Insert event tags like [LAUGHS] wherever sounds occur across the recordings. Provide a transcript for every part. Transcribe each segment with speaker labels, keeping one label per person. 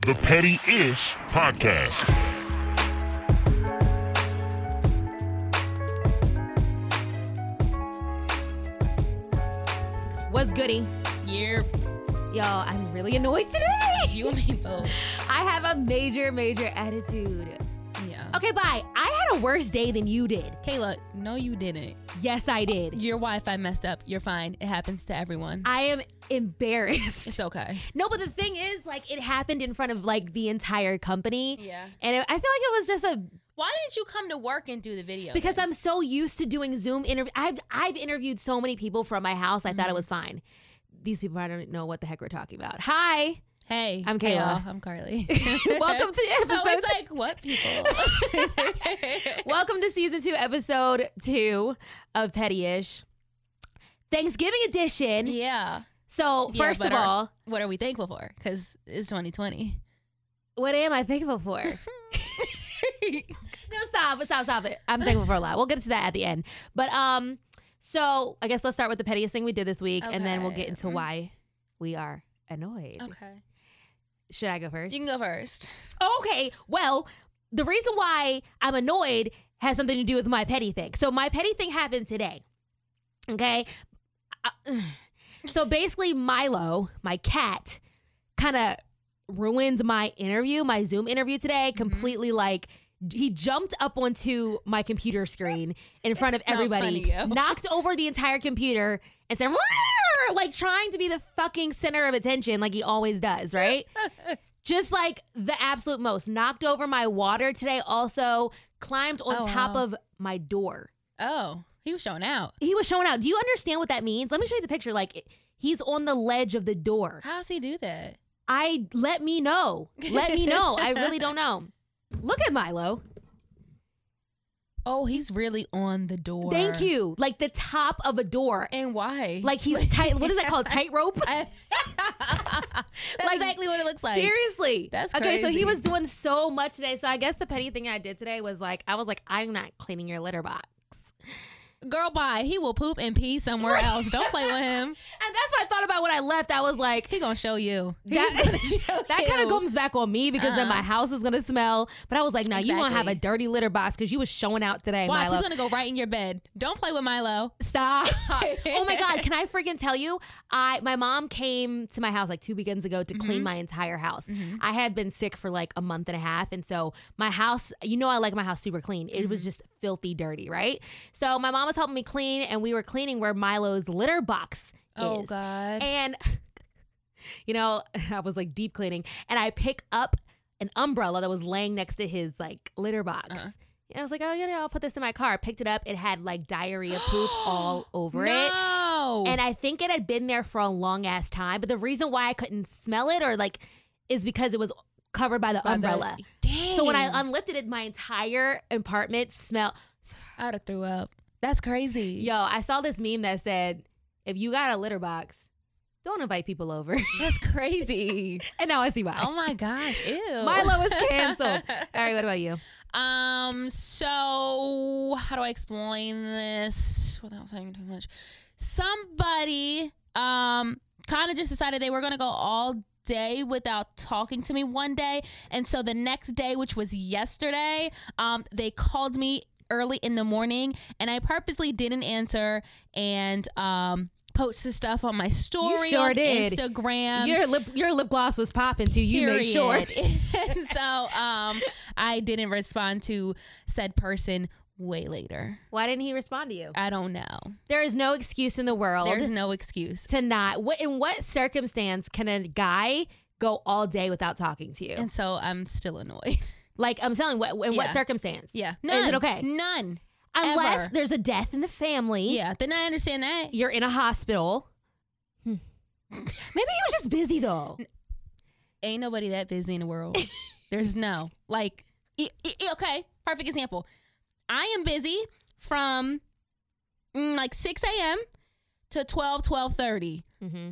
Speaker 1: The Petty Ish Podcast.
Speaker 2: What's goody?
Speaker 3: You're
Speaker 2: Y'all, I'm really annoyed today.
Speaker 3: you and me both.
Speaker 2: I have a major, major attitude.
Speaker 3: Yeah.
Speaker 2: Okay, bye. I had a worse day than you did.
Speaker 3: Kayla, no, you didn't.
Speaker 2: Yes, I did.
Speaker 3: Your Wi-Fi messed up. You're fine. It happens to everyone.
Speaker 2: I am embarrassed.
Speaker 3: it's okay.
Speaker 2: No, but the thing is, like, it happened in front of like the entire company.
Speaker 3: Yeah.
Speaker 2: And it, I feel like it was just a
Speaker 3: Why didn't you come to work and do the video?
Speaker 2: because I'm so used to doing Zoom interviews. I've I've interviewed so many people from my house. I
Speaker 3: Mm-hmm.
Speaker 2: thought it was fine. These people, I don't know what the heck we're talking about.
Speaker 3: [LAUGHS]
Speaker 2: Hi,
Speaker 3: hey,
Speaker 2: I'm
Speaker 3: hey,
Speaker 2: Kayla.
Speaker 3: y'all.
Speaker 2: [LAUGHS]
Speaker 3: I'm Carly. [LAUGHS]
Speaker 2: welcome to
Speaker 3: I
Speaker 2: episode.
Speaker 3: was Oh, like, what
Speaker 2: [LAUGHS]
Speaker 3: people?
Speaker 2: Welcome to season two, episode two of Pettyish Thanksgiving edition.
Speaker 3: yeah.
Speaker 2: So
Speaker 3: Yeah,
Speaker 2: first
Speaker 3: but
Speaker 2: of
Speaker 3: are-
Speaker 2: all,
Speaker 3: what are we thankful for? Because it's 2020.
Speaker 2: what am I thankful for? [LAUGHS] no, stop, stop, stop it. I'm thankful for a lot. We'll get to that at the end. But um, so I guess let's start with the pettiest thing we did this week, and then we'll
Speaker 3: Okay. Mm-hmm.
Speaker 2: get into why we are annoyed.
Speaker 3: okay.
Speaker 2: Should I go first?
Speaker 3: You can go first.
Speaker 2: Okay, well, the reason why I'm annoyed has something to do with my petty thing. So my petty thing happened today. Okay. I- [SIGHS] so basically, Milo, my cat, kind of ruined my interview, my Zoom interview today,
Speaker 3: Mm-hmm.
Speaker 2: completely like. He jumped up onto my computer screen in
Speaker 3: [LAUGHS]
Speaker 2: front of everybody,
Speaker 3: funny, yo.
Speaker 2: knocked over the entire computer, and said, "Roar!" like trying to be the fucking center of attention, like he always does,
Speaker 3: [LAUGHS]
Speaker 2: right? just like the absolute most. Knocked over my water today, also climbed on
Speaker 3: Oh,
Speaker 2: top
Speaker 3: wow.
Speaker 2: of my door.
Speaker 3: Oh, he was showing out.
Speaker 2: He was showing out. Do you understand what that means? Let me show you the picture. Like, it- he's on the ledge of the door.
Speaker 3: How does he do that?
Speaker 2: I let me know. Let me know. I really don't
Speaker 3: [LAUGHS]
Speaker 2: know. Look at Milo.
Speaker 3: Oh, he's really on the door.
Speaker 2: Thank you. Like the top of a door.
Speaker 3: And why?
Speaker 2: Like he's tight. What is that called? Tightrope?
Speaker 3: I- That's
Speaker 2: Like,
Speaker 3: exactly what it looks [LAUGHS] like.
Speaker 2: Seriously.
Speaker 3: That's
Speaker 2: Okay, so he
Speaker 3: crazy.
Speaker 2: was doing so much today. So I guess the petty thing I did today was like, I was like, I'm not cleaning your litter box.
Speaker 3: Girl, bye. He will poop and pee somewhere else. Don't play with him.
Speaker 2: And that's what I thought about when I left. I was like,
Speaker 3: He gonna show you. He's
Speaker 2: that, [LAUGHS]
Speaker 3: gonna [LAUGHS] show
Speaker 2: that kind
Speaker 3: you. Uh-huh.
Speaker 2: of comes back on me because then my house is gonna smell. But I was like, no, you won't have a
Speaker 3: Exactly.
Speaker 2: dirty litter box because you was showing out today,
Speaker 3: Watch,
Speaker 2: Milo.
Speaker 3: he's gonna go right in your bed. Don't play with Milo. [LAUGHS]
Speaker 2: Stop. oh my God, can I freaking tell you? I my mom came to my house like two weekends ago to
Speaker 3: Mm-hmm.
Speaker 2: clean my entire house. I had been sick for like a month and a half. And so my house, you know I like my house super clean. It
Speaker 3: Mm-hmm.
Speaker 2: was just filthy dirty, right? So my mom was helping me clean and we were cleaning where Milo's litter box
Speaker 3: Oh
Speaker 2: is.
Speaker 3: God.
Speaker 2: And [LAUGHS] you know, [LAUGHS] I was like deep cleaning and I pick up an umbrella that was laying next to his like litter box. And I was like, oh, yeah, yeah, I'll put this in my car. Picked it up. It had like diarrhea [GASPS] poop all over it.
Speaker 3: no.
Speaker 2: And I think it had been there for a long ass time. But the reason why I couldn't smell it or like is because it was covered by the
Speaker 3: By the-
Speaker 2: umbrella.
Speaker 3: Dang.
Speaker 2: So when I unlifted it, my entire apartment smelled.
Speaker 3: I'd have threw up. That's crazy.
Speaker 2: Yo, I saw this meme that said, if you got a litter box, don't invite people over. [LAUGHS]
Speaker 3: That's crazy.
Speaker 2: and now I see why.
Speaker 3: oh my gosh. Ew.
Speaker 2: Milo is
Speaker 3: [LAUGHS]
Speaker 2: canceled. All right, what about you?
Speaker 3: Um, so how do I explain this without saying too much? Somebody um kind of just decided they were gonna go all day without talking to me one day. And so the next day, which was yesterday, um, they called me early in the morning and I purposely didn't answer and um posted stuff on my story
Speaker 2: sure
Speaker 3: on
Speaker 2: did.
Speaker 3: Instagram
Speaker 2: your lip your lip gloss was popping too. You made sure.
Speaker 3: period. [LAUGHS] so um, I didn't respond to said person way later.
Speaker 2: Why didn't he respond to you?
Speaker 3: I don't know.
Speaker 2: There is no excuse in the world
Speaker 3: There's no excuse.
Speaker 2: to not. What in what circumstance can a guy go all day without talking to you?
Speaker 3: And so I'm
Speaker 2: [LAUGHS]
Speaker 3: still annoyed.
Speaker 2: like I'm telling, what in what
Speaker 3: Yeah.
Speaker 2: circumstance?
Speaker 3: Yeah. None.
Speaker 2: is it okay?
Speaker 3: None.
Speaker 2: Unless
Speaker 3: ever.
Speaker 2: there's a death in the family.
Speaker 3: Yeah. Then I understand that.
Speaker 2: you're in a hospital.
Speaker 3: [LAUGHS]
Speaker 2: Hmm. Maybe he was just busy though.
Speaker 3: Ain't nobody that busy in
Speaker 2: [LAUGHS]
Speaker 3: the world. There's no like. e- e- e- okay. Perfect example. I am busy from mm, like 6 a.m. to 12, 12.30.
Speaker 2: Mm-hmm.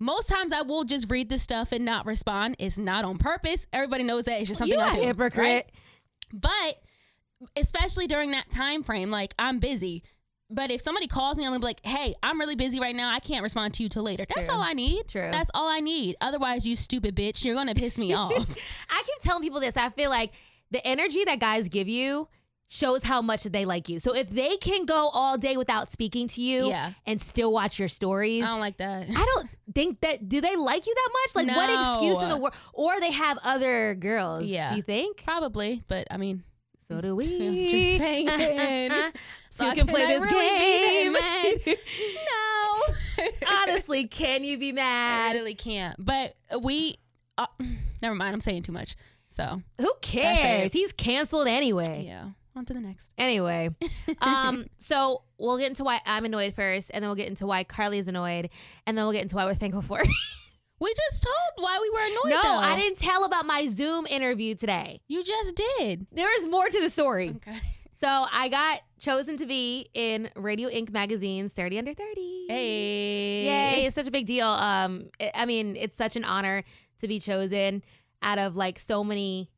Speaker 3: Most times I will just read this stuff and not respond. It's not on purpose. Everybody knows that. It's just something
Speaker 2: you
Speaker 3: I
Speaker 2: a
Speaker 3: do.
Speaker 2: hypocrite.
Speaker 3: right? But especially during that time frame, like I'm busy. But if somebody calls me, I'm gonna be like, "Hey, I'm really busy right now. I can't respond to you till later." That's
Speaker 2: True.
Speaker 3: all I need.
Speaker 2: True.
Speaker 3: That's all I need. Otherwise, you stupid bitch, you're gonna
Speaker 2: [LAUGHS]
Speaker 3: piss me off.
Speaker 2: I keep telling people this. I feel like the energy that guys give you shows how much they like you. So if they can go all day without speaking to you
Speaker 3: Yeah. Um,
Speaker 2: and still watch your stories,
Speaker 3: I don't like that.
Speaker 2: I don't think that do they like you that much? Like what excuse in the
Speaker 3: No.
Speaker 2: world or they have other girls.
Speaker 3: Yeah.
Speaker 2: You think?
Speaker 3: Probably, but I mean,
Speaker 2: So do we.
Speaker 3: [LAUGHS]
Speaker 2: [LAUGHS]
Speaker 3: I'm just saying. [LAUGHS]
Speaker 2: so you can
Speaker 3: Why can
Speaker 2: play
Speaker 3: I
Speaker 2: this
Speaker 3: really be that
Speaker 2: game.
Speaker 3: no.
Speaker 2: [LAUGHS] Honestly, can you be
Speaker 3: I
Speaker 2: mad?
Speaker 3: really can't. But we, uh, [SIGHS] never mind. I'm saying too much. So
Speaker 2: Who
Speaker 3: it.
Speaker 2: cares? He's canceled anyway.
Speaker 3: yeah, on to the next. [LAUGHS]
Speaker 2: Anyway, um, so we'll get into why I'm annoyed first, and then we'll get into why Carly is annoyed, and then we'll get into why we're thankful for. it.
Speaker 3: We just told why we were
Speaker 2: no,
Speaker 3: annoyed. though.
Speaker 2: I didn't tell about my Zoom interview today.
Speaker 3: You just did.
Speaker 2: There is more to the story.
Speaker 3: Okay.
Speaker 2: So I got chosen to be in Radio Inc. magazine's 30 Under 30.
Speaker 3: Hey.
Speaker 2: Yay, it's such a big deal. Um, I- I mean, it's such an honor to be chosen out of like so many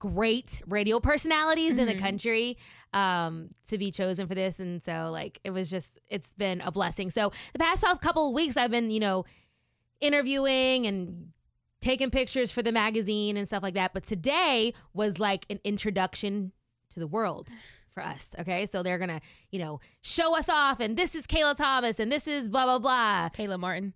Speaker 2: great radio personalities in the
Speaker 3: Mhm.
Speaker 2: country um, to be chosen for this. And so, like, it was just, it's been a blessing. So, the past five couple of weeks, I've been, you know, interviewing and taking pictures for the magazine and stuff like that. But today was like an introduction to the world for us. Okay. So they're going to, you know, show us off and this is Kayla Thomas and this is blah, blah, blah.
Speaker 3: Kayla Martin.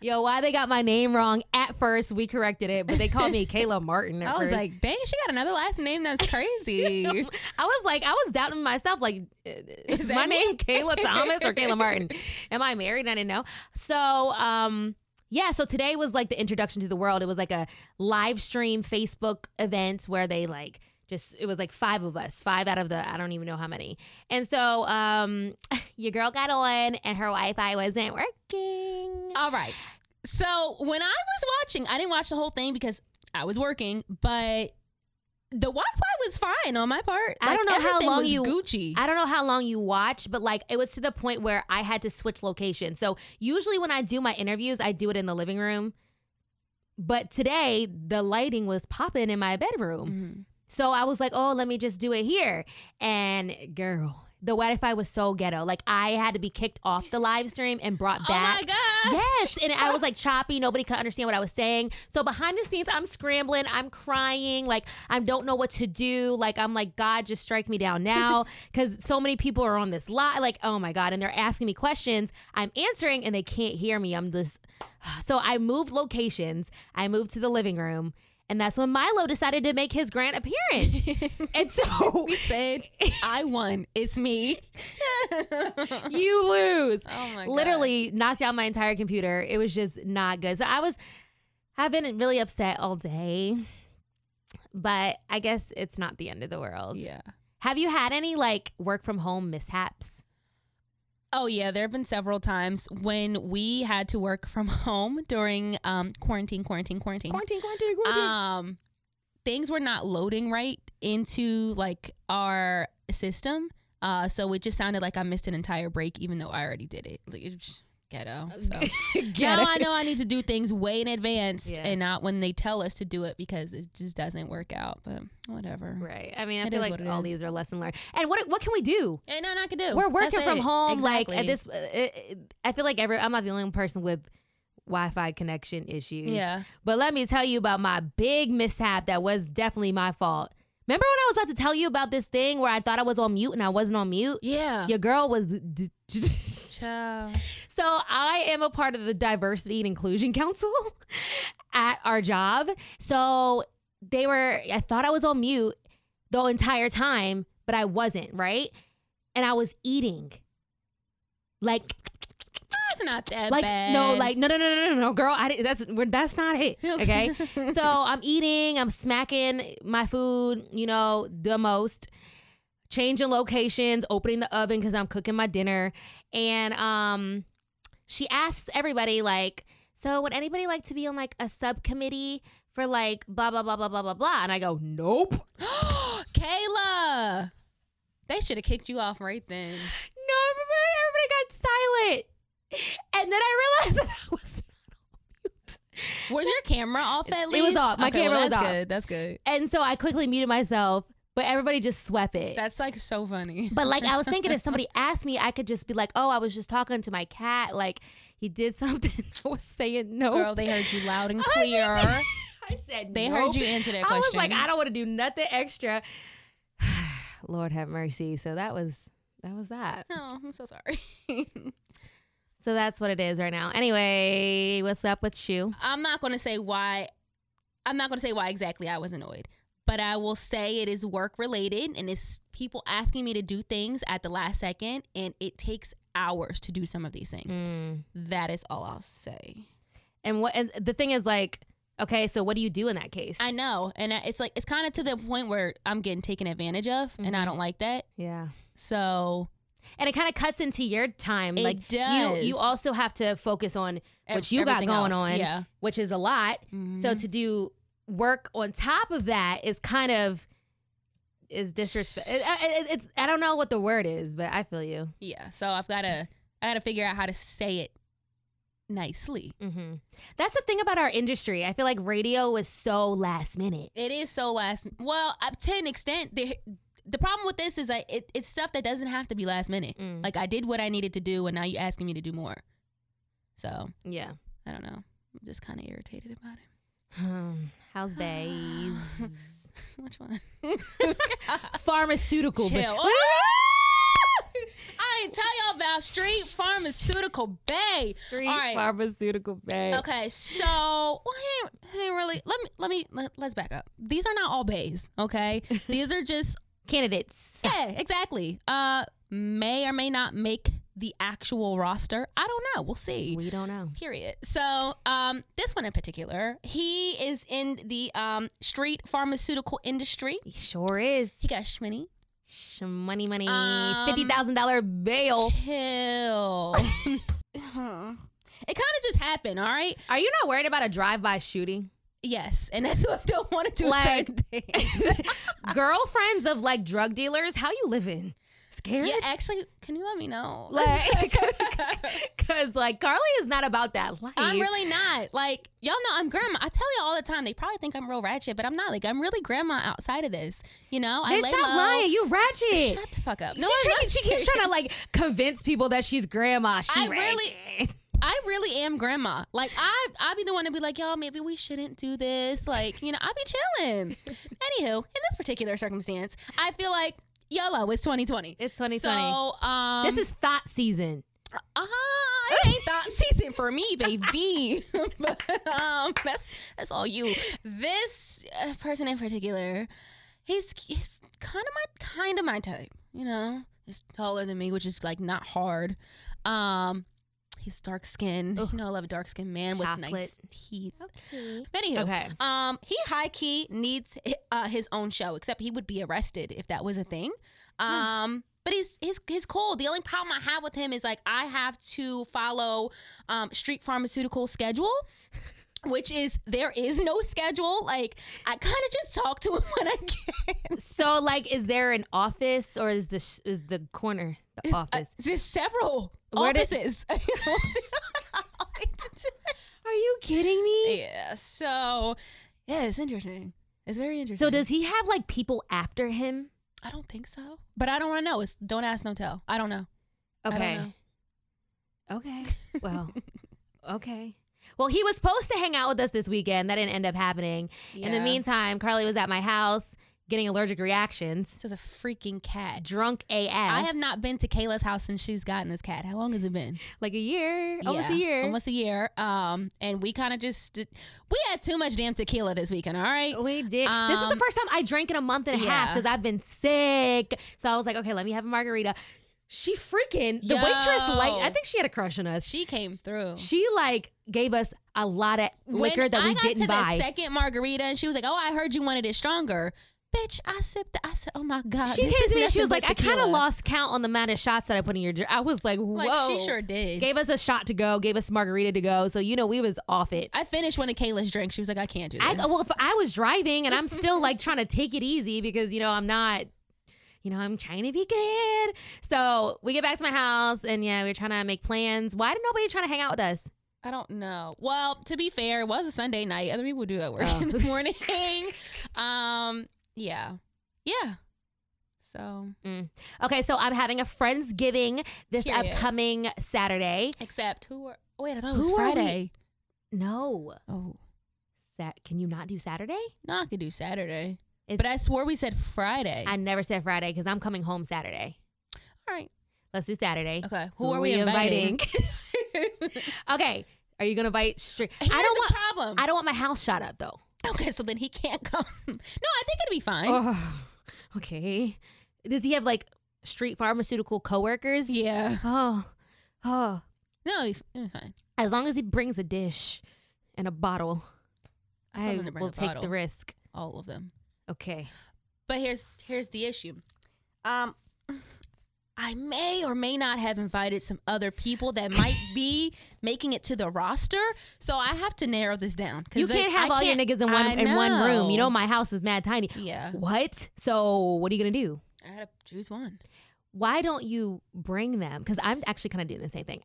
Speaker 2: Yo, why they got my name wrong at first, we corrected it, but they called [LAUGHS] me Kayla Martin. At
Speaker 3: I was
Speaker 2: first.
Speaker 3: like, dang, she got another last
Speaker 2: [LAUGHS]
Speaker 3: name. That's crazy.
Speaker 2: I was like, I was doubting myself. Like, uh, is,
Speaker 3: that
Speaker 2: my
Speaker 3: me?
Speaker 2: name [LAUGHS] Kayla Thomas or Kayla Martin? Am I married? And I didn't know. So, um, yeah. So today was like the introduction to the world. It was like a live stream Facebook event where they like just it was like five of us, five out of the I don't even know how many. And so, um, [LAUGHS] your girl got on and her Wi-Fi wasn't working.
Speaker 3: All right. So when I was watching, I didn't watch the whole thing because I was working, but the Wi-Fi was fine on my part.
Speaker 2: I don't know how
Speaker 3: everything
Speaker 2: long
Speaker 3: was
Speaker 2: you-
Speaker 3: Gucci.
Speaker 2: I don't know how long you watch, but like it was to the point where I had to switch location. So usually when I do my interviews, I do it in the living room. But today the lighting was popping in my bedroom.
Speaker 3: Mhm.
Speaker 2: So I was like, oh, let me just do it here. And girl, the Wi Fi was so ghetto. Like I had to be kicked off the live stream and brought
Speaker 3: [GASPS] Oh
Speaker 2: back.
Speaker 3: my god.
Speaker 2: Yes, and I was like choppy. Nobody could understand what I was saying. So behind the scenes, I'm scrambling. I'm crying. Like I don't know what to do. Like I'm like God, just strike me down now, because so many people are on this lot. Like oh my God, and they're asking me questions. I'm answering, and they can't hear me. I'm this. [SIGHS] So I moved locations. I moved to the living room, and that's when Milo decided to make his grand
Speaker 3: [LAUGHS]
Speaker 2: appearance. and so [LAUGHS]
Speaker 3: He said, "I won. It's me."
Speaker 2: you lose.
Speaker 3: Oh my God.
Speaker 2: Literally knocked out my entire computer. It was just not good. So I was I've been really upset all day. But I guess it's not the end of the world.
Speaker 3: Yeah.
Speaker 2: Have you had any like work from home mishaps?
Speaker 3: Oh yeah, there have been several times when we had to work from [LAUGHS] home during um, quarantine, quarantine, quarantine,
Speaker 2: Quarantine, quarantine,
Speaker 3: Um, things were not loading right into like our system, uh, so it just sounded like I missed an entire break, even though I already did it. Like, it was ghetto. So [LAUGHS] now I know I need to do things way in advance
Speaker 2: Yeah.
Speaker 3: and not when they tell us to do it because it just doesn't work out. But whatever.
Speaker 2: Right. I mean, I
Speaker 3: It
Speaker 2: feel
Speaker 3: is
Speaker 2: like
Speaker 3: what it
Speaker 2: all
Speaker 3: is.
Speaker 2: these are lesson learned. And what what can we do?
Speaker 3: Ain't nothing I can do.
Speaker 2: We're working
Speaker 3: That's
Speaker 2: from
Speaker 3: it.
Speaker 2: home. Like at
Speaker 3: Exactly.
Speaker 2: this, uh, uh, I feel like every I'm not the only person with Wi-Fi connection issues.
Speaker 3: Yeah.
Speaker 2: But let me tell you about my big mishap that was definitely my fault. Remember when I was about to tell you about this thing where I thought I was on mute and I wasn't on mute?
Speaker 3: Yeah.
Speaker 2: Your girl was. D- [LAUGHS]
Speaker 3: Child.
Speaker 2: so I am a part of the diversity and inclusion [LAUGHS] council at our job. So they were I thought I was on mute the entire time, but I wasn't, right? And I was eating. Like
Speaker 3: That's not that
Speaker 2: like
Speaker 3: bad.
Speaker 2: no,
Speaker 3: [LAUGHS]
Speaker 2: like no, no, no, no, no, no, girl. I didn't, that's we're, that's not it. Okay, so I'm eating, I'm smacking my food, you know, the most, changing locations, opening the oven because I'm cooking my dinner, and um, she asks everybody like, so would anybody like to be on like a subcommittee for like blah blah blah blah blah blah blah? And I go, nope,
Speaker 3: [GASPS] Kayla. They should have kicked you off right then.
Speaker 2: no, everybody, everybody got silent, and then I realized [LAUGHS] that I was
Speaker 3: Was your camera off at
Speaker 2: It
Speaker 3: least?
Speaker 2: was off. My
Speaker 3: well,
Speaker 2: camera was
Speaker 3: that's
Speaker 2: off.
Speaker 3: Good. That's good.
Speaker 2: And so I quickly muted myself, but everybody just swept it.
Speaker 3: That's like so funny.
Speaker 2: But like I was thinking, if
Speaker 3: [LAUGHS]
Speaker 2: somebody asked me, I could just be like, "Oh, I was just talking to my cat. Like he did [LAUGHS] something. I was saying no.
Speaker 3: Girl, they heard you loud
Speaker 2: [LAUGHS]
Speaker 3: and
Speaker 2: I
Speaker 3: clear.
Speaker 2: didn't- [LAUGHS] I said
Speaker 3: They
Speaker 2: nope.
Speaker 3: heard you answer that
Speaker 2: I
Speaker 3: question.
Speaker 2: was like, I don't want to do nothing extra. [SIGHS] Lord have mercy. So that was that was that.
Speaker 3: Oh, I'm so sorry. [LAUGHS]
Speaker 2: So that's what it is right now. Anyway, what's up with Shu?
Speaker 3: I'm not going to say why. I'm not going to say why exactly I was annoyed, but I will say it is work related and it's people asking me to do things at the last second, and it takes hours to do some of these
Speaker 2: Mm.
Speaker 3: things. That is all I'll say.
Speaker 2: And what and the thing is like, okay, so what do you do in that case?
Speaker 3: I know, and I- it's like it's kind of to the point where I'm getting taken advantage of, and I don't like that.
Speaker 2: yeah.
Speaker 3: So
Speaker 2: And it kind of cuts into your time.
Speaker 3: It
Speaker 2: like
Speaker 3: does.
Speaker 2: you you also have to focus on
Speaker 3: ev-
Speaker 2: what you got
Speaker 3: everything
Speaker 2: going
Speaker 3: else,
Speaker 2: on,
Speaker 3: yeah.
Speaker 2: which is a lot. So
Speaker 3: Mhm.
Speaker 2: to do work on top of that is kind of is disrespect. It, it, it's I don't know what the word is, but I feel you.
Speaker 3: yeah, so I've got to I got to figure out how to say it nicely.
Speaker 2: Mm-hmm. That's the thing about our industry. I feel like radio was so last minute.
Speaker 3: It is so last. Well, up to an extent, the the problem with this is that it, it's stuff that doesn't have to be last minute.
Speaker 2: Mm.
Speaker 3: Like I did what I needed to do, and now you're asking me to do more. So
Speaker 2: Yeah.
Speaker 3: I don't know. I'm just kind of irritated about it. [LAUGHS]
Speaker 2: Um,
Speaker 3: [SIGHS]
Speaker 2: how's Bays?
Speaker 3: Which one? [LAUGHS]
Speaker 2: Pharmaceutical. [LAUGHS] ba-
Speaker 3: Chill. I didn't tell y'all about Street Pharmaceutical Bay.
Speaker 2: Street
Speaker 3: All right.
Speaker 2: pharmaceutical bay.
Speaker 3: Okay, so well, he, ain't- he ain't really. Let me let me let, let's back up. These are not all bays, okay? These are just
Speaker 2: Candidates.
Speaker 3: Yeah, exactly. Uh, may or may not make the actual roster. I don't know. We'll see.
Speaker 2: We don't know.
Speaker 3: Period. So, um, this one in particular, he is in the um street pharmaceutical industry.
Speaker 2: He sure is.
Speaker 3: He got shmoney.
Speaker 2: Sh- money, money.
Speaker 3: Um,
Speaker 2: Fifty thousand dollar bail.
Speaker 3: Chill.
Speaker 2: [LAUGHS]
Speaker 3: it kind of just happened. All right.
Speaker 2: Are you not worried about a drive-by shooting?
Speaker 3: Yes, and that's what I don't want to do.
Speaker 2: Like-
Speaker 3: certain
Speaker 2: [LAUGHS]
Speaker 3: things.
Speaker 2: Girlfriends of like drug dealers. How you living? Scared?
Speaker 3: yeah, actually, can you let me know?
Speaker 2: [LAUGHS] Like, [LAUGHS]
Speaker 3: [LAUGHS]
Speaker 2: cause like Carly is not about that life.
Speaker 3: I'm really not. Like, y'all know I'm grandma. I tell you all the time, they probably think I'm real ratchet, but I'm not. Like, I'm really grandma outside of this. You know, I
Speaker 2: Bitch,
Speaker 3: lay
Speaker 2: stop
Speaker 3: low.
Speaker 2: lying. You ratchet.
Speaker 3: Shut the fuck up. No,
Speaker 2: she,
Speaker 3: I'm
Speaker 2: trying-
Speaker 3: not.
Speaker 2: she keeps trying to like convince people that she's grandma. She
Speaker 3: I
Speaker 2: ratchet.
Speaker 3: really- I really am grandma. Like, I I be the one to be like, y'all, maybe we shouldn't do this. Like, you know, I be
Speaker 2: [LAUGHS]
Speaker 3: chilling. Anywho, in this particular circumstance, I feel like YOLO. It's 2020.
Speaker 2: It's 2020.
Speaker 3: So, um,
Speaker 2: this is thought season.
Speaker 3: Ah, it ain't that season for me, baby. [LAUGHS] but, um, that's that's all you. This uh, person in particular, he's he's kind of my kind of my type. You know, he's taller than me, which is like not hard. Um, he's dark skinned. You know, I love a dark skinned man with nice
Speaker 2: Chocolate.
Speaker 3: teeth. But anywho,
Speaker 2: Okay.
Speaker 3: um, he high key needs uh, his own show, except he would be arrested if that was a thing. Um, but he's he's he's cool. The only problem I have with him is like I have to follow um, street pharmaceutical [LAUGHS] schedule. Which is there is no schedule. Like I kind of just talk to him [LAUGHS] when I can.
Speaker 2: So like, is there an office or is this is the corner the
Speaker 3: It's, uh,
Speaker 2: office?
Speaker 3: there's several
Speaker 2: Where did-
Speaker 3: offices. [LAUGHS]
Speaker 2: Are you kidding me?
Speaker 3: yeah. So yeah, it's interesting. It's very interesting.
Speaker 2: So does he have like people after him?
Speaker 3: I don't think so. But I don't want to know. It's don't ask, no tell. I don't know. I don't
Speaker 2: Okay.
Speaker 3: know.
Speaker 2: Okay. [LAUGHS] Well. okay. Well, he was supposed to hang out with us this weekend. That didn't end up happening. In the
Speaker 3: Yeah.
Speaker 2: meantime, Carly was at my house getting allergic reactions,
Speaker 3: To the freaking cat.
Speaker 2: drunk AF.
Speaker 3: I have not been to Kayla's house since she's gotten this cat. How long has it been?
Speaker 2: like a year, [LAUGHS] almost a
Speaker 3: Yeah,
Speaker 2: year.
Speaker 3: Almost a year. Um, and we kind of just did- we had too much damn tequila this weekend. All right.
Speaker 2: We did. this was the
Speaker 3: Um,
Speaker 2: first time I drank in a month and a half
Speaker 3: yeah.
Speaker 2: because I've been sick. So I was like, okay, let me have a margarita. She freaking the waitress like
Speaker 3: Yo.
Speaker 2: I think she had a crush on us.
Speaker 3: She came through.
Speaker 2: She like gave us a lot of liquor
Speaker 3: When
Speaker 2: that
Speaker 3: I
Speaker 2: we
Speaker 3: got
Speaker 2: didn't
Speaker 3: to the
Speaker 2: buy.
Speaker 3: second margarita, and she was like, "Oh, I heard you wanted it stronger." Bitch, I sipped. it. I said, "Oh my god."
Speaker 2: she
Speaker 3: this
Speaker 2: came
Speaker 3: is
Speaker 2: to me and she
Speaker 3: nothing
Speaker 2: was
Speaker 3: but
Speaker 2: like, I kind of
Speaker 3: tequila."
Speaker 2: lost count on the amount of shots that I put in your drink. I was like, whoa.
Speaker 3: Like she sure did.
Speaker 2: Gave us a shot to go, gave us margarita to go. So, you know, we was off it.
Speaker 3: I finished one of Kayla's drinks. She was like, "I can't do this."
Speaker 2: I, well, if I was driving and I'm still
Speaker 3: [LAUGHS]
Speaker 2: like trying to take it easy because, you know, I'm not, you know, I'm trying to be good. So we get back to my house and yeah, we are trying to make plans. Why did nobody trying to hang out with us?
Speaker 3: I don't know. Well, to be fair, it was a Sunday Oh. [LAUGHS] night. Other people do at work
Speaker 2: Oh.
Speaker 3: in the morning. um, yeah, yeah. So
Speaker 2: Okay, so I'm having a Friendsgiving this
Speaker 3: Period.
Speaker 2: upcoming Saturday.
Speaker 3: except who are oh, wait, I thought it was
Speaker 2: Who are we-
Speaker 3: Friday.
Speaker 2: No.
Speaker 3: Oh.
Speaker 2: Sat- can you not do Saturday?
Speaker 3: No, I could do Saturday.
Speaker 2: It's,
Speaker 3: But I swore we said Friday.
Speaker 2: I never said Friday because I'm coming home Saturday.
Speaker 3: All right.
Speaker 2: Let's do Saturday.
Speaker 3: Okay. Who, are we inviting? [LAUGHS]
Speaker 2: [LAUGHS] okay. Are you gonna invite straight?
Speaker 3: Here's
Speaker 2: I don't
Speaker 3: the
Speaker 2: want.
Speaker 3: problem.
Speaker 2: I don't want my house shot up though.
Speaker 3: okay, so then he can't come. [LAUGHS] Uh-huh. no, I think it'd be fine.
Speaker 2: Ugh. okay. Does he have like street pharmaceutical coworkers?
Speaker 3: yeah.
Speaker 2: Oh. Oh.
Speaker 3: No, it'd be fine.
Speaker 2: As long as he brings a dish and a bottle,
Speaker 3: I told
Speaker 2: I
Speaker 3: him to bring
Speaker 2: will
Speaker 3: a
Speaker 2: take the
Speaker 3: bottle.
Speaker 2: risk.
Speaker 3: All of them.
Speaker 2: Okay.
Speaker 3: But here's here's the issue. Um I may or may not have invited some other people that
Speaker 2: [LAUGHS]
Speaker 3: might be making it to the roster, so I have to narrow this down. 'cause
Speaker 2: You
Speaker 3: they-
Speaker 2: can't have
Speaker 3: I
Speaker 2: all your
Speaker 3: can't-
Speaker 2: niggas in
Speaker 3: I
Speaker 2: one in one room. You know
Speaker 3: know. Uh.
Speaker 2: my house is mad tiny.
Speaker 3: Yeah,
Speaker 2: What? So what are you gonna do?
Speaker 3: I had to choose one.
Speaker 2: Why don't you bring them? Because I'm actually kind of doing the same
Speaker 3: [LAUGHS]
Speaker 2: thing.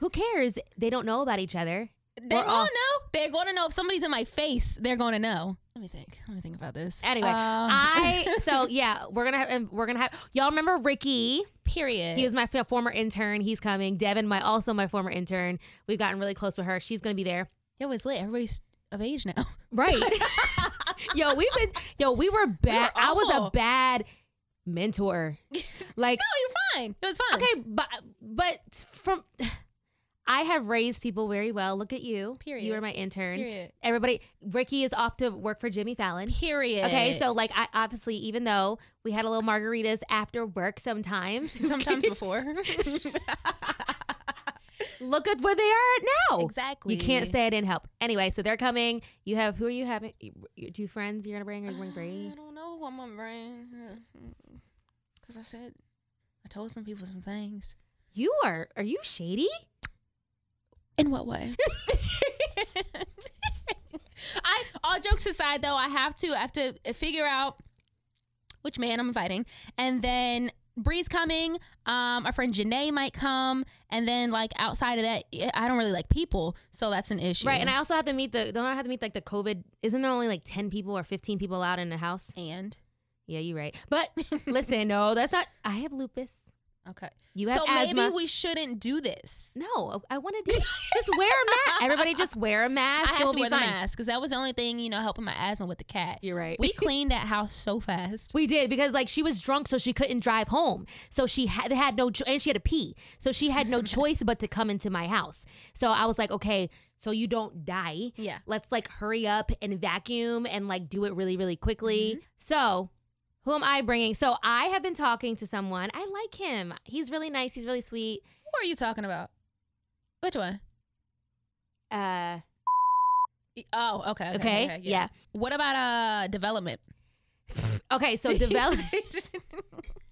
Speaker 2: Who cares? They don't know about each other.
Speaker 3: They're
Speaker 2: We're
Speaker 3: gonna
Speaker 2: all-
Speaker 3: know. They're gonna know if somebody's in my face. They're gonna know. Let me think. Let me think about this.
Speaker 2: Anyway,
Speaker 3: Um,
Speaker 2: I so yeah, we're gonna have, and we're gonna have y'all remember Ricky?
Speaker 3: [LAUGHS] period.
Speaker 2: He was my f- former intern. He's coming. Devin, my also my former intern. We've gotten really close with her. She's gonna be there.
Speaker 3: yo, it's lit. Everybody's of age now. [LAUGHS]
Speaker 2: Right. yo, we've been yo, we were bad. I was
Speaker 3: awful.
Speaker 2: a bad mentor. Like
Speaker 3: No, you're fine. It was fine.
Speaker 2: okay, but but from I have raised people very well. Look at you. You
Speaker 3: Period.
Speaker 2: were my intern.
Speaker 3: Period.
Speaker 2: Everybody, Ricky is off to work for Jimmy Fallon.
Speaker 3: Period.
Speaker 2: Okay, so like I obviously, even though we had a little margaritas after work
Speaker 3: [LAUGHS]
Speaker 2: sometimes, [LAUGHS]
Speaker 3: [LAUGHS] sometimes before.
Speaker 2: Oh, look at where they are at now.
Speaker 3: exactly.
Speaker 2: You can't say I didn't help. Anyway, so they're coming. You have who are you having? you- you- Do you friends you're gonna bring or you bring Bree?
Speaker 3: I don't know what my brain. Because I said, I told some people some things.
Speaker 2: You are are you shady?
Speaker 3: In what way? [LAUGHS] I all jokes aside though, I have to I have to figure out which man I'm inviting. And then Bree's coming, um, our friend Janae might come, and then like outside of that, I- I don't really like people, so that's an issue.
Speaker 2: Right, and I also have to meet the don't I have to meet like the COVID? Isn't there only like ten people or fifteen people allowed in the house?
Speaker 3: and
Speaker 2: Yeah, you're right. But [LAUGHS] listen, no, that's not. I have lupus.
Speaker 3: okay.
Speaker 2: You have
Speaker 3: so
Speaker 2: asthma.
Speaker 3: maybe we shouldn't do this.
Speaker 2: no, I want to do just wear a mask. Everybody just wear a mask.
Speaker 3: [LAUGHS] I
Speaker 2: it
Speaker 3: have
Speaker 2: will
Speaker 3: to
Speaker 2: be
Speaker 3: wear
Speaker 2: fine.
Speaker 3: the mask because that was the only thing you know helping my asthma with the cat.
Speaker 2: You're right. [LAUGHS]
Speaker 3: We cleaned that house so fast.
Speaker 2: We did because like she was drunk, so she couldn't drive home. So she had had no cho- and she had to pee, so she had
Speaker 3: [LAUGHS]
Speaker 2: no choice but to come into my house. So I was like, okay, so you don't die.
Speaker 3: Yeah.
Speaker 2: Let's like hurry up and vacuum and like do it really really quickly.
Speaker 3: Mm-hmm.
Speaker 2: So. Who am I bringing? So I have been talking to someone. I like him. He's really nice. He's really sweet.
Speaker 3: What are you talking about? Which one?
Speaker 2: Uh,
Speaker 3: Oh, okay. Okay.
Speaker 2: okay,
Speaker 3: okay,
Speaker 2: yeah.
Speaker 3: What about uh development?
Speaker 2: Okay,
Speaker 3: [LAUGHS]
Speaker 2: so develop. [LAUGHS]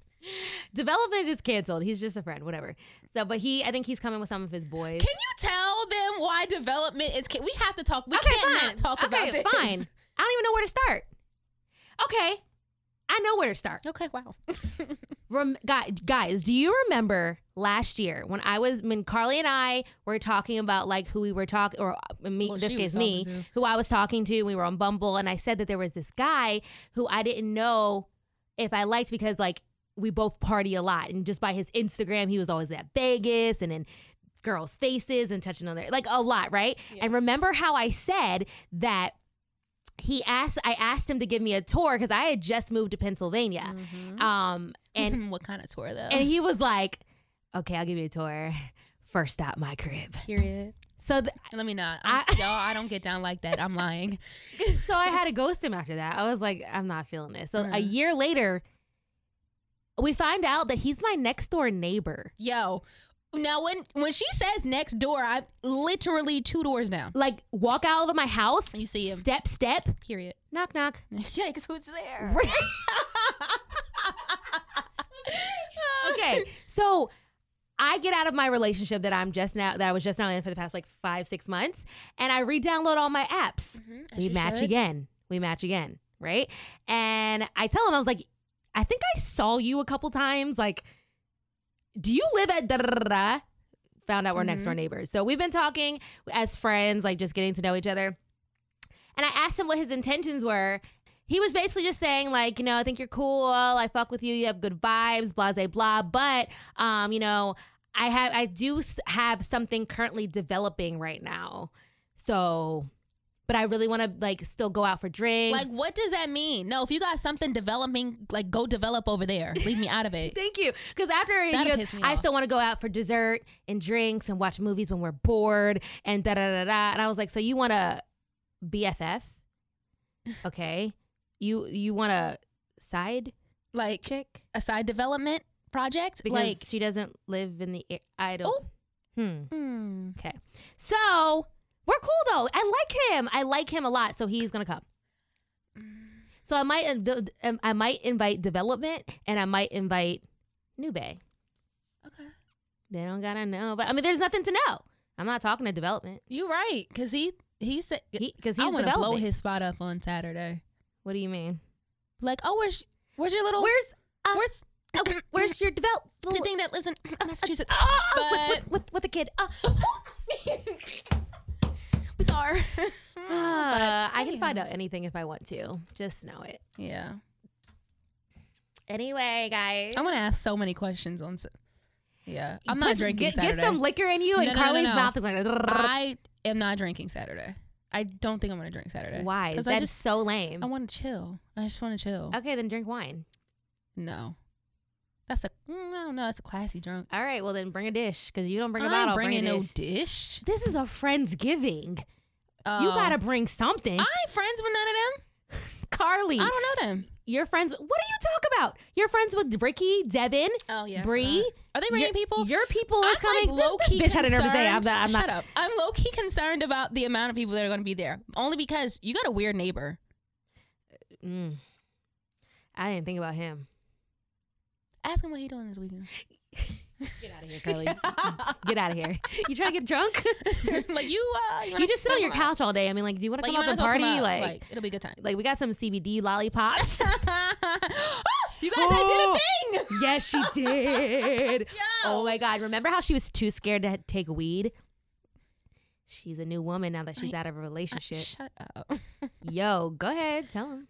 Speaker 2: development is canceled. He's just a friend, whatever. So, but he, I think he's coming with some of his boys.
Speaker 3: Can you tell them why development is? Can, we have to talk. We can't not talk about
Speaker 2: okay,
Speaker 3: this.
Speaker 2: fine. I don't even know where to start. Okay, I know where to start.
Speaker 3: [LAUGHS] Okay. Wow.
Speaker 2: Rem- guy- guys, do you remember last year when I was when Carly and I were talking about like who we were talking or uh, me?
Speaker 3: Well,
Speaker 2: this
Speaker 3: she
Speaker 2: case,
Speaker 3: was
Speaker 2: me,
Speaker 3: talking
Speaker 2: who I was talking to. We were on Bumble, and I said that there was this guy who I didn't know if I liked because like we both party a lot, and just by his Instagram, he was always at Vegas and in girls' faces and touching on their like a lot, right? And remember how I said that he asked I asked him to give me a tour because I had just moved to Pennsylvania.
Speaker 3: Mm-hmm.
Speaker 2: Um [LAUGHS] and
Speaker 3: And [LAUGHS] what kind of tour though?
Speaker 2: and he was like, "Okay, I'll give you a tour. [LAUGHS] First stop, my crib."
Speaker 3: period.
Speaker 2: So, th- [LAUGHS]
Speaker 3: Let me not. I,
Speaker 2: I-
Speaker 3: y'all, I don't get down like that. I'm lying.
Speaker 2: so I had to ghost him after that. I was like, "I'm not feeling this." So a
Speaker 3: Mhm.
Speaker 2: year later, we find out that he's my next door neighbor,
Speaker 3: Yo. Now when when she says next door, I'm literally two doors down.
Speaker 2: like walk out of my house,
Speaker 3: You see him.
Speaker 2: step step,
Speaker 3: [LAUGHS] Period.
Speaker 2: knock knock. [LAUGHS]
Speaker 3: yeah, because who's there? [LAUGHS]
Speaker 2: okay, so I get out of my relationship that I'm just now that I was just now in for the past like five six months, and I re-download all my apps.
Speaker 3: Mhm, as
Speaker 2: we
Speaker 3: you
Speaker 2: match
Speaker 3: should.
Speaker 2: again. We match again, right? And I tell him, I was like, I think I saw you a couple times. Like, do you live at da da da da? Found out we're next
Speaker 3: Mm-hmm.
Speaker 2: door neighbors. So we've been talking as friends, like just getting to know each other. And I asked him what his intentions were. he was basically just saying like, you know, I think you're cool. I fuck with you. You have good vibes. Blah blah blah. But um, you know, I have I do s- have something currently developing right now. So, but I really want to like still go out for drinks.
Speaker 3: Like, what does that mean? No, if you got something developing, like, go develop over there. Leave me out of [LAUGHS] it.
Speaker 2: Thank you. Because after he
Speaker 3: That'll
Speaker 2: goes,
Speaker 3: piss me
Speaker 2: I
Speaker 3: off.
Speaker 2: still want to go out for dessert and drinks and watch movies when we're bored and da da da da. And I was like, so you want a [LAUGHS] BFF? Okay. You you want a side
Speaker 3: Like,
Speaker 2: chick
Speaker 3: a side development project?
Speaker 2: because
Speaker 3: like,
Speaker 2: she doesn't live in the a- idol. Hmm.
Speaker 3: hmm.
Speaker 2: Okay. So we're cool though. I like him. I like him a lot. So he's gonna come. So I might uh, d- um, I might invite development and I might invite Nube.
Speaker 3: Okay.
Speaker 2: They don't gotta know. But I mean, there's nothing to know. I'm not talking to development
Speaker 3: You right. Because he, he said,
Speaker 2: because
Speaker 3: I
Speaker 2: he's
Speaker 3: want to blow
Speaker 2: development.
Speaker 3: his spot up on Saturday.
Speaker 2: what do you mean?
Speaker 3: Like, oh, where's, where's your little,
Speaker 2: Where's uh, where's [COUGHS]
Speaker 3: where's
Speaker 2: oh, where's your develop?
Speaker 3: the thing that lives in [COUGHS] Massachusetts?
Speaker 2: Ah,
Speaker 3: [LAUGHS]
Speaker 2: [LAUGHS] with,
Speaker 3: But-
Speaker 2: with, with with the kid.
Speaker 3: [COUGHS]
Speaker 2: Ah.
Speaker 3: we saw her.
Speaker 2: Ah, I can
Speaker 3: yeah.
Speaker 2: find out anything if I want to. Just know it.
Speaker 3: [LAUGHS] yeah.
Speaker 2: Anyway, guys.
Speaker 3: I'm gonna ask so many questions on. s- Yeah, I'm not
Speaker 2: Put-
Speaker 3: drinking
Speaker 2: Get,
Speaker 3: Saturday.
Speaker 2: get some liquor in you,
Speaker 3: No,
Speaker 2: and
Speaker 3: no, no, no,
Speaker 2: Carly's
Speaker 3: no.
Speaker 2: mouth is like.
Speaker 3: I am not drinking Saturday. I don't think I'm gonna drink Saturday.
Speaker 2: Why?
Speaker 3: Because
Speaker 2: That's
Speaker 3: I just
Speaker 2: so lame.
Speaker 3: I want to chill. I just want to chill.
Speaker 2: Okay, then drink wine.
Speaker 3: No, that's a mm, I don't know. That's a classy drunk.
Speaker 2: All right, well then bring a dish because you don't bring a
Speaker 3: I'm
Speaker 2: bottle.
Speaker 3: bringing
Speaker 2: bring a
Speaker 3: no
Speaker 2: dish.
Speaker 3: dish.
Speaker 2: This is a friend's giving. you
Speaker 3: Oh.
Speaker 2: gotta bring something.
Speaker 3: I ain't friends with none of
Speaker 2: Carly,
Speaker 3: them. I don't know them.
Speaker 2: You're friends. What do you talk about? You're friends with Ricky, Devin,
Speaker 3: Oh yeah,
Speaker 2: Bree.
Speaker 3: Are they bringing
Speaker 2: Your-
Speaker 3: people?
Speaker 2: Your people is
Speaker 3: I'm,
Speaker 2: coming.
Speaker 3: Like, low
Speaker 2: this,
Speaker 3: key
Speaker 2: this bitch had a nerve to say. I'm not. I'm
Speaker 3: Shut
Speaker 2: not.
Speaker 3: up. I'm low key concerned about the amount of people that are going to be there, only because you got a weird neighbor.
Speaker 2: Mm. I didn't think about him.
Speaker 3: Ask him what he doing this weekend.
Speaker 2: Get out of here, [LAUGHS] Carly. get out of here. You trying to get drunk?
Speaker 3: [LAUGHS] like you, uh, you, wanna
Speaker 2: you just sit on
Speaker 3: come
Speaker 2: your
Speaker 3: out?
Speaker 2: couch all day. I mean, like, do you want
Speaker 3: Like,
Speaker 2: to
Speaker 3: you
Speaker 2: come up
Speaker 3: might
Speaker 2: and
Speaker 3: as well
Speaker 2: party?
Speaker 3: come out.
Speaker 2: Like, like,
Speaker 3: like, it'll be a
Speaker 2: [LAUGHS]
Speaker 3: good time.
Speaker 2: we got some CBD
Speaker 3: [LAUGHS]
Speaker 2: lollipops.
Speaker 3: you guys, I did a thing.
Speaker 2: yes, she did. Oh
Speaker 3: Yo.
Speaker 2: my God. Remember how she was too scared to take weed? She's a new woman now that she's out of a relationship.
Speaker 3: Uh, Shut up. [LAUGHS]
Speaker 2: Yo, go ahead. Tell him.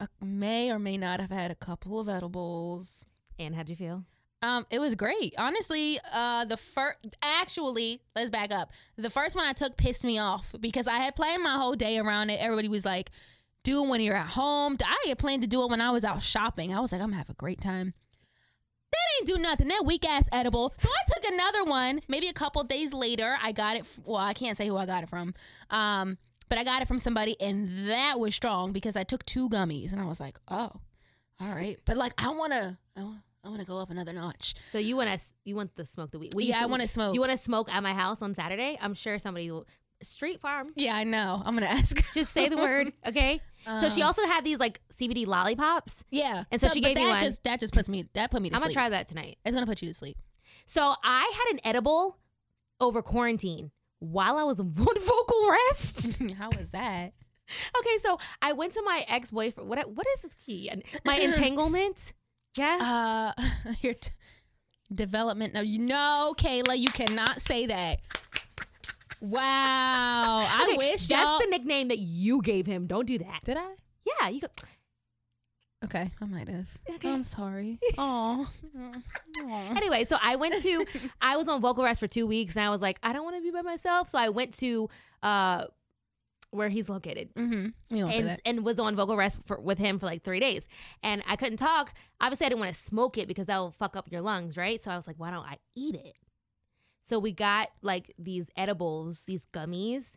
Speaker 3: I may or may not have had a couple of edibles.
Speaker 2: And how'd you feel?
Speaker 3: Um, it was great. Honestly, uh the first actually, let's back up. The first one I took pissed me off because I had planned my whole day around it. Everybody was like, do it when you're at home. I had planned to do it when I was out shopping. I was like, I'm gonna have a great time. That ain't do nothing. That weak ass edible. So I took another one. Maybe a couple days later, I got it. f- Well, I can't say who I got it from. Um, but I got it from somebody, and that was strong because I took two gummies, and I was like, oh, all right. But like, I wanna, I wa- I wanna go up another notch.
Speaker 2: So you want to you want to smoke the weed? We
Speaker 3: Yeah,
Speaker 2: used
Speaker 3: I wanna smoke.
Speaker 2: You want to smoke at my house on Saturday? I'm sure somebody will. Street farm.
Speaker 3: Yeah, I know. I'm gonna ask. [LAUGHS]
Speaker 2: Just say the word, okay? so she
Speaker 3: Um,
Speaker 2: also had these like CBD lollipops.
Speaker 3: yeah.
Speaker 2: And so she
Speaker 3: but
Speaker 2: gave me
Speaker 3: that
Speaker 2: one.
Speaker 3: Just, that just puts me. That put me to
Speaker 2: I'm gonna
Speaker 3: sleep.
Speaker 2: try that tonight.
Speaker 3: It's gonna put you to sleep. [LAUGHS]
Speaker 2: So I had an edible over quarantine while I was on [LAUGHS] vocal rest.
Speaker 3: [LAUGHS] How was that?
Speaker 2: Okay, so I went to my ex boyfriend. What what is he? And
Speaker 3: [CLEARS THROAT]
Speaker 2: My entanglement. Yeah.
Speaker 3: Uh, [LAUGHS] your t- development. No, you know, Kayla, you cannot say that. [LAUGHS] Wow, I
Speaker 2: [LAUGHS] Okay,
Speaker 3: wish
Speaker 2: that's
Speaker 3: y'all.
Speaker 2: the nickname that you gave him. Don't do that.
Speaker 3: Did I?
Speaker 2: Yeah, you go.
Speaker 3: Okay, I might have.
Speaker 2: Okay.
Speaker 3: I'm [LAUGHS] sorry. Oh, Mm.
Speaker 2: Anyway, so I went
Speaker 3: [LAUGHS]
Speaker 2: to I was on vocal rest for two weeks and I was like, I don't want to be by myself. So I went to uh where he's located.
Speaker 3: mm-hmm. You don't say
Speaker 2: And,
Speaker 3: that.
Speaker 2: and was on vocal rest for, with him for like three days. And I couldn't talk. Obviously, I didn't want to smoke it because that will fuck up your lungs, right? So I was like, why don't I eat it? So we got like these edibles, these gummies.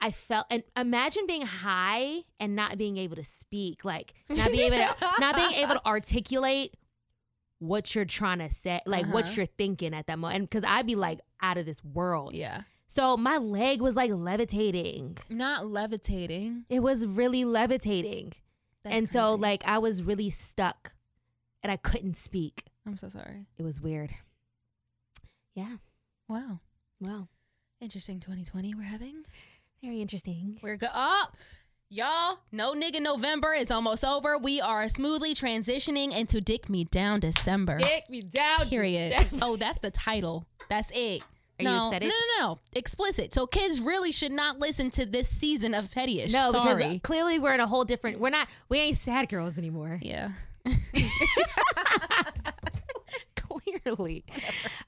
Speaker 2: I felt and imagine being high and not being able to speak, like not being able
Speaker 3: [LAUGHS]
Speaker 2: to not being able to articulate what you're trying to say, like
Speaker 3: Uh-huh.
Speaker 2: what you're thinking at that moment. And because I'd be like out of this world.
Speaker 3: Yeah,
Speaker 2: So my leg was like levitating.
Speaker 3: not levitating.
Speaker 2: It was really levitating.
Speaker 3: That's
Speaker 2: and so
Speaker 3: crazy.
Speaker 2: like I was really stuck and I couldn't speak.
Speaker 3: I'm so sorry.
Speaker 2: It was weird. Yeah.
Speaker 3: Wow,
Speaker 2: Well,
Speaker 3: interesting 2020 we're having.
Speaker 2: very interesting.
Speaker 3: We're go up. Y'all, no nigga November is almost over. We are smoothly transitioning into Dick Me Down December.
Speaker 2: Dick me down.
Speaker 3: Period. Oh, that's the title. That's it.
Speaker 2: Are
Speaker 3: no,
Speaker 2: you excited?
Speaker 3: No, no, no. Explicit. So kids really should not listen to this season of
Speaker 2: [LAUGHS]
Speaker 3: Pettyish.
Speaker 2: No,
Speaker 3: Sorry.
Speaker 2: because uh, clearly we're in a whole different. We're not. We ain't sad girls anymore.
Speaker 3: yeah.
Speaker 2: [LAUGHS] clearly.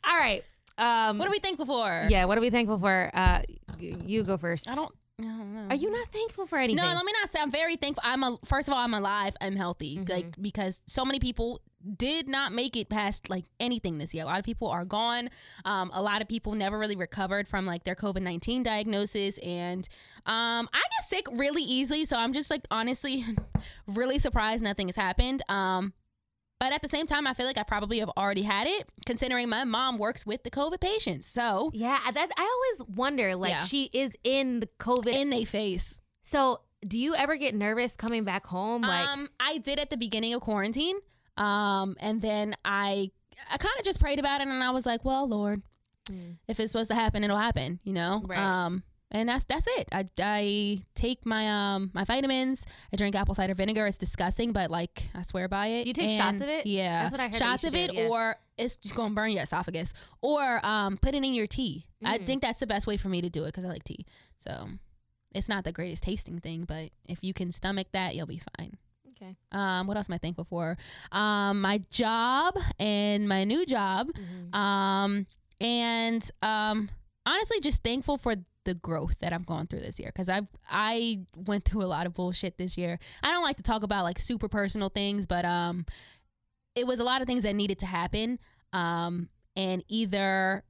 Speaker 2: All right. Um,
Speaker 3: What are we thankful for?
Speaker 2: Yeah. What are we thankful for? Uh, y- you go first.
Speaker 3: I don't. I don't know.
Speaker 2: Are you not thankful for anything?
Speaker 3: No, let me not say. I'm very thankful. I'm a. First of all, I'm alive. I'm healthy. Like because so many people did not make it past like anything this year. A lot of people are gone. Um, a lot of people never really recovered from like their COVID nineteen diagnosis, and um, I get sick really easily. So I'm just like honestly, [LAUGHS] really surprised nothing has happened. Um, but at the same time, I feel like I probably have already had it, considering my mom works with the COVID patients. So
Speaker 2: Yeah. I- That I always wonder. Like
Speaker 3: Yeah.
Speaker 2: she is in the COVID.
Speaker 3: in they face.
Speaker 2: so do you ever get nervous coming back home? Like
Speaker 3: um, I did at the beginning of quarantine. Um, and then I, I kind of just prayed about it, and I was like, "Well, Lord,
Speaker 2: Mm.
Speaker 3: if it's supposed to happen, it'll happen," you know.
Speaker 2: Right.
Speaker 3: Um, and that's that's it. I, I take my um my vitamins. I drink apple cider vinegar. It's disgusting, but like I swear by it.
Speaker 2: Do you take shots of it?
Speaker 3: Yeah,
Speaker 2: That's what I heard that you
Speaker 3: Shots
Speaker 2: should
Speaker 3: of
Speaker 2: do,
Speaker 3: it,
Speaker 2: yeah.
Speaker 3: or it's just gonna burn your esophagus, or um put it in your tea. I
Speaker 2: Mm.
Speaker 3: think that's the best way for me to do it because I like tea. So it's not the greatest tasting thing, but if you can stomach that, you'll be fine.
Speaker 2: okay.
Speaker 3: Um, what else am I thankful for? Um, my job and my new job.
Speaker 2: Mm-hmm.
Speaker 3: Um, and um, honestly, just thankful for the growth that I've gone through this year because I I went through a lot of bullshit this year. I don't like to talk about like super personal things, but um, it was a lot of things that needed to happen. Um, and either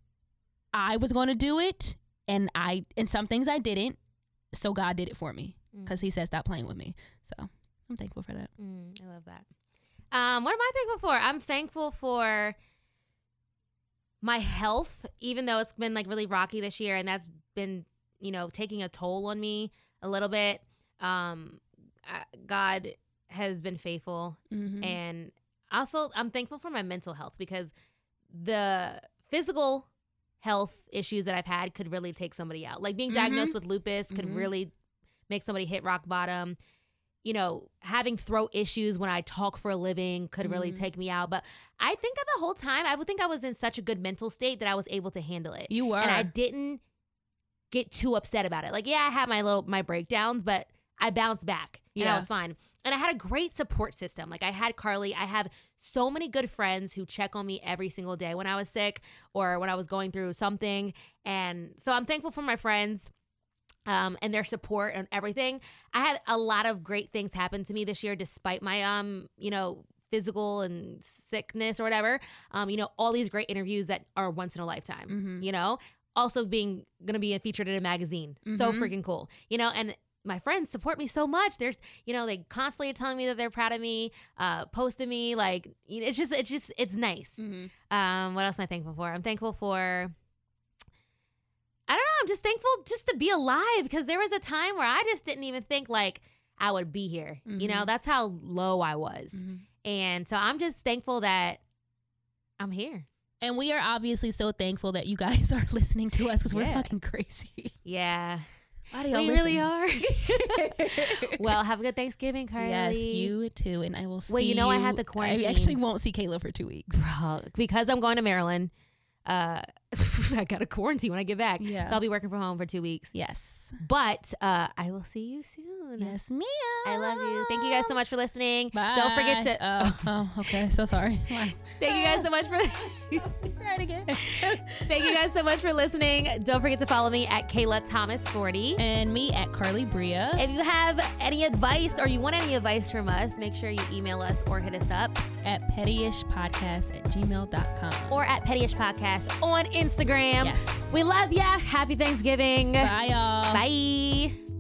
Speaker 3: I was going to do it, and I and some things I didn't, so God did it for me because He said stop playing with me. So I'm thankful for that.
Speaker 2: Mm, I love that. Um, what am I thankful for? I'm thankful for my health, even though it's been like really rocky this year, and that's been you know taking a toll on me a little bit. Um, I, God has been faithful,
Speaker 3: Mm-hmm.
Speaker 2: and also I'm thankful for my mental health because the physical health issues that I've had could really take somebody out. Like being diagnosed with lupus could
Speaker 3: Mhm.
Speaker 2: really make somebody hit rock bottom. You know, having throat issues when I talk for a living could really
Speaker 3: Mhm.
Speaker 2: take me out. But I think of the whole time, I would think I was in such a good mental state that I was able to handle it.
Speaker 3: You were.
Speaker 2: And I didn't get too upset about it. Like, yeah, I had my little my breakdowns, but I bounced back and I
Speaker 3: Yeah.
Speaker 2: was fine. And I had a great support system. Like I had Carly, I have so many good friends who check on me every single day when I was sick or when I was going through something. And so I'm thankful for my friends um, and their support and everything. I had a lot of great things happen to me this year, despite my um, you know, physical and sickness or whatever. Um, you know, all these great interviews that are once in a lifetime.
Speaker 3: Mhm.
Speaker 2: You know, also being gonna be featured in a magazine, so
Speaker 3: Mhm.
Speaker 2: freaking cool. You know, and my friends support me so much. There's, you know, they constantly are telling me that they're proud of me, uh, posting me. Like, you know, it's just, it's just, it's nice.
Speaker 3: Mhm.
Speaker 2: Um, what else am I thankful for? I'm thankful for. I don't know. I'm just thankful just to be alive because there was a time where I just didn't even think like I would be here. You know,
Speaker 3: Mhm.
Speaker 2: that's how low I was,
Speaker 3: Mm. Mm-hmm.
Speaker 2: and so I'm just thankful that I'm here.
Speaker 3: And we are obviously so thankful that you guys [LAUGHS] are listening to us because we're
Speaker 2: Yeah.
Speaker 3: fucking crazy.
Speaker 2: Yeah,
Speaker 3: Why do
Speaker 2: we really are.
Speaker 3: [LAUGHS]
Speaker 2: [LAUGHS] well, have a good Thanksgiving, Carly.
Speaker 3: yes, you too. And I will see
Speaker 2: Wait, you know I had the quarantine.
Speaker 3: I actually won't see Kayla for two weeks.
Speaker 2: Bro, because I'm going to Maryland. Uh, [LAUGHS] I got to quarantine when I get back,
Speaker 3: Yeah.
Speaker 2: so I'll be working from home for two weeks.
Speaker 3: Yes.
Speaker 2: But uh, I will see you soon.
Speaker 3: Yes, Mia.
Speaker 2: I love you. Thank you guys so much for listening.
Speaker 3: Bye.
Speaker 2: Don't forget to
Speaker 3: [LAUGHS] Oh, oh, okay. So [LAUGHS] sorry.
Speaker 2: thank you guys so
Speaker 3: [LAUGHS]
Speaker 2: much for [LAUGHS]
Speaker 3: Try it again.
Speaker 2: thank you guys so much for listening. Don't forget to follow me at Kayla Thomas 40.
Speaker 3: [LAUGHS] and me at Carly Bria.
Speaker 2: If you have any advice or you want any advice from us, make sure you email us or hit us up
Speaker 3: at pettyishpodcast at gmail.com.
Speaker 2: or at Pettyish Podcast on Instagram.
Speaker 3: Yes.
Speaker 2: We love ya. Happy Thanksgiving.
Speaker 3: Bye, y'all.
Speaker 2: Bye.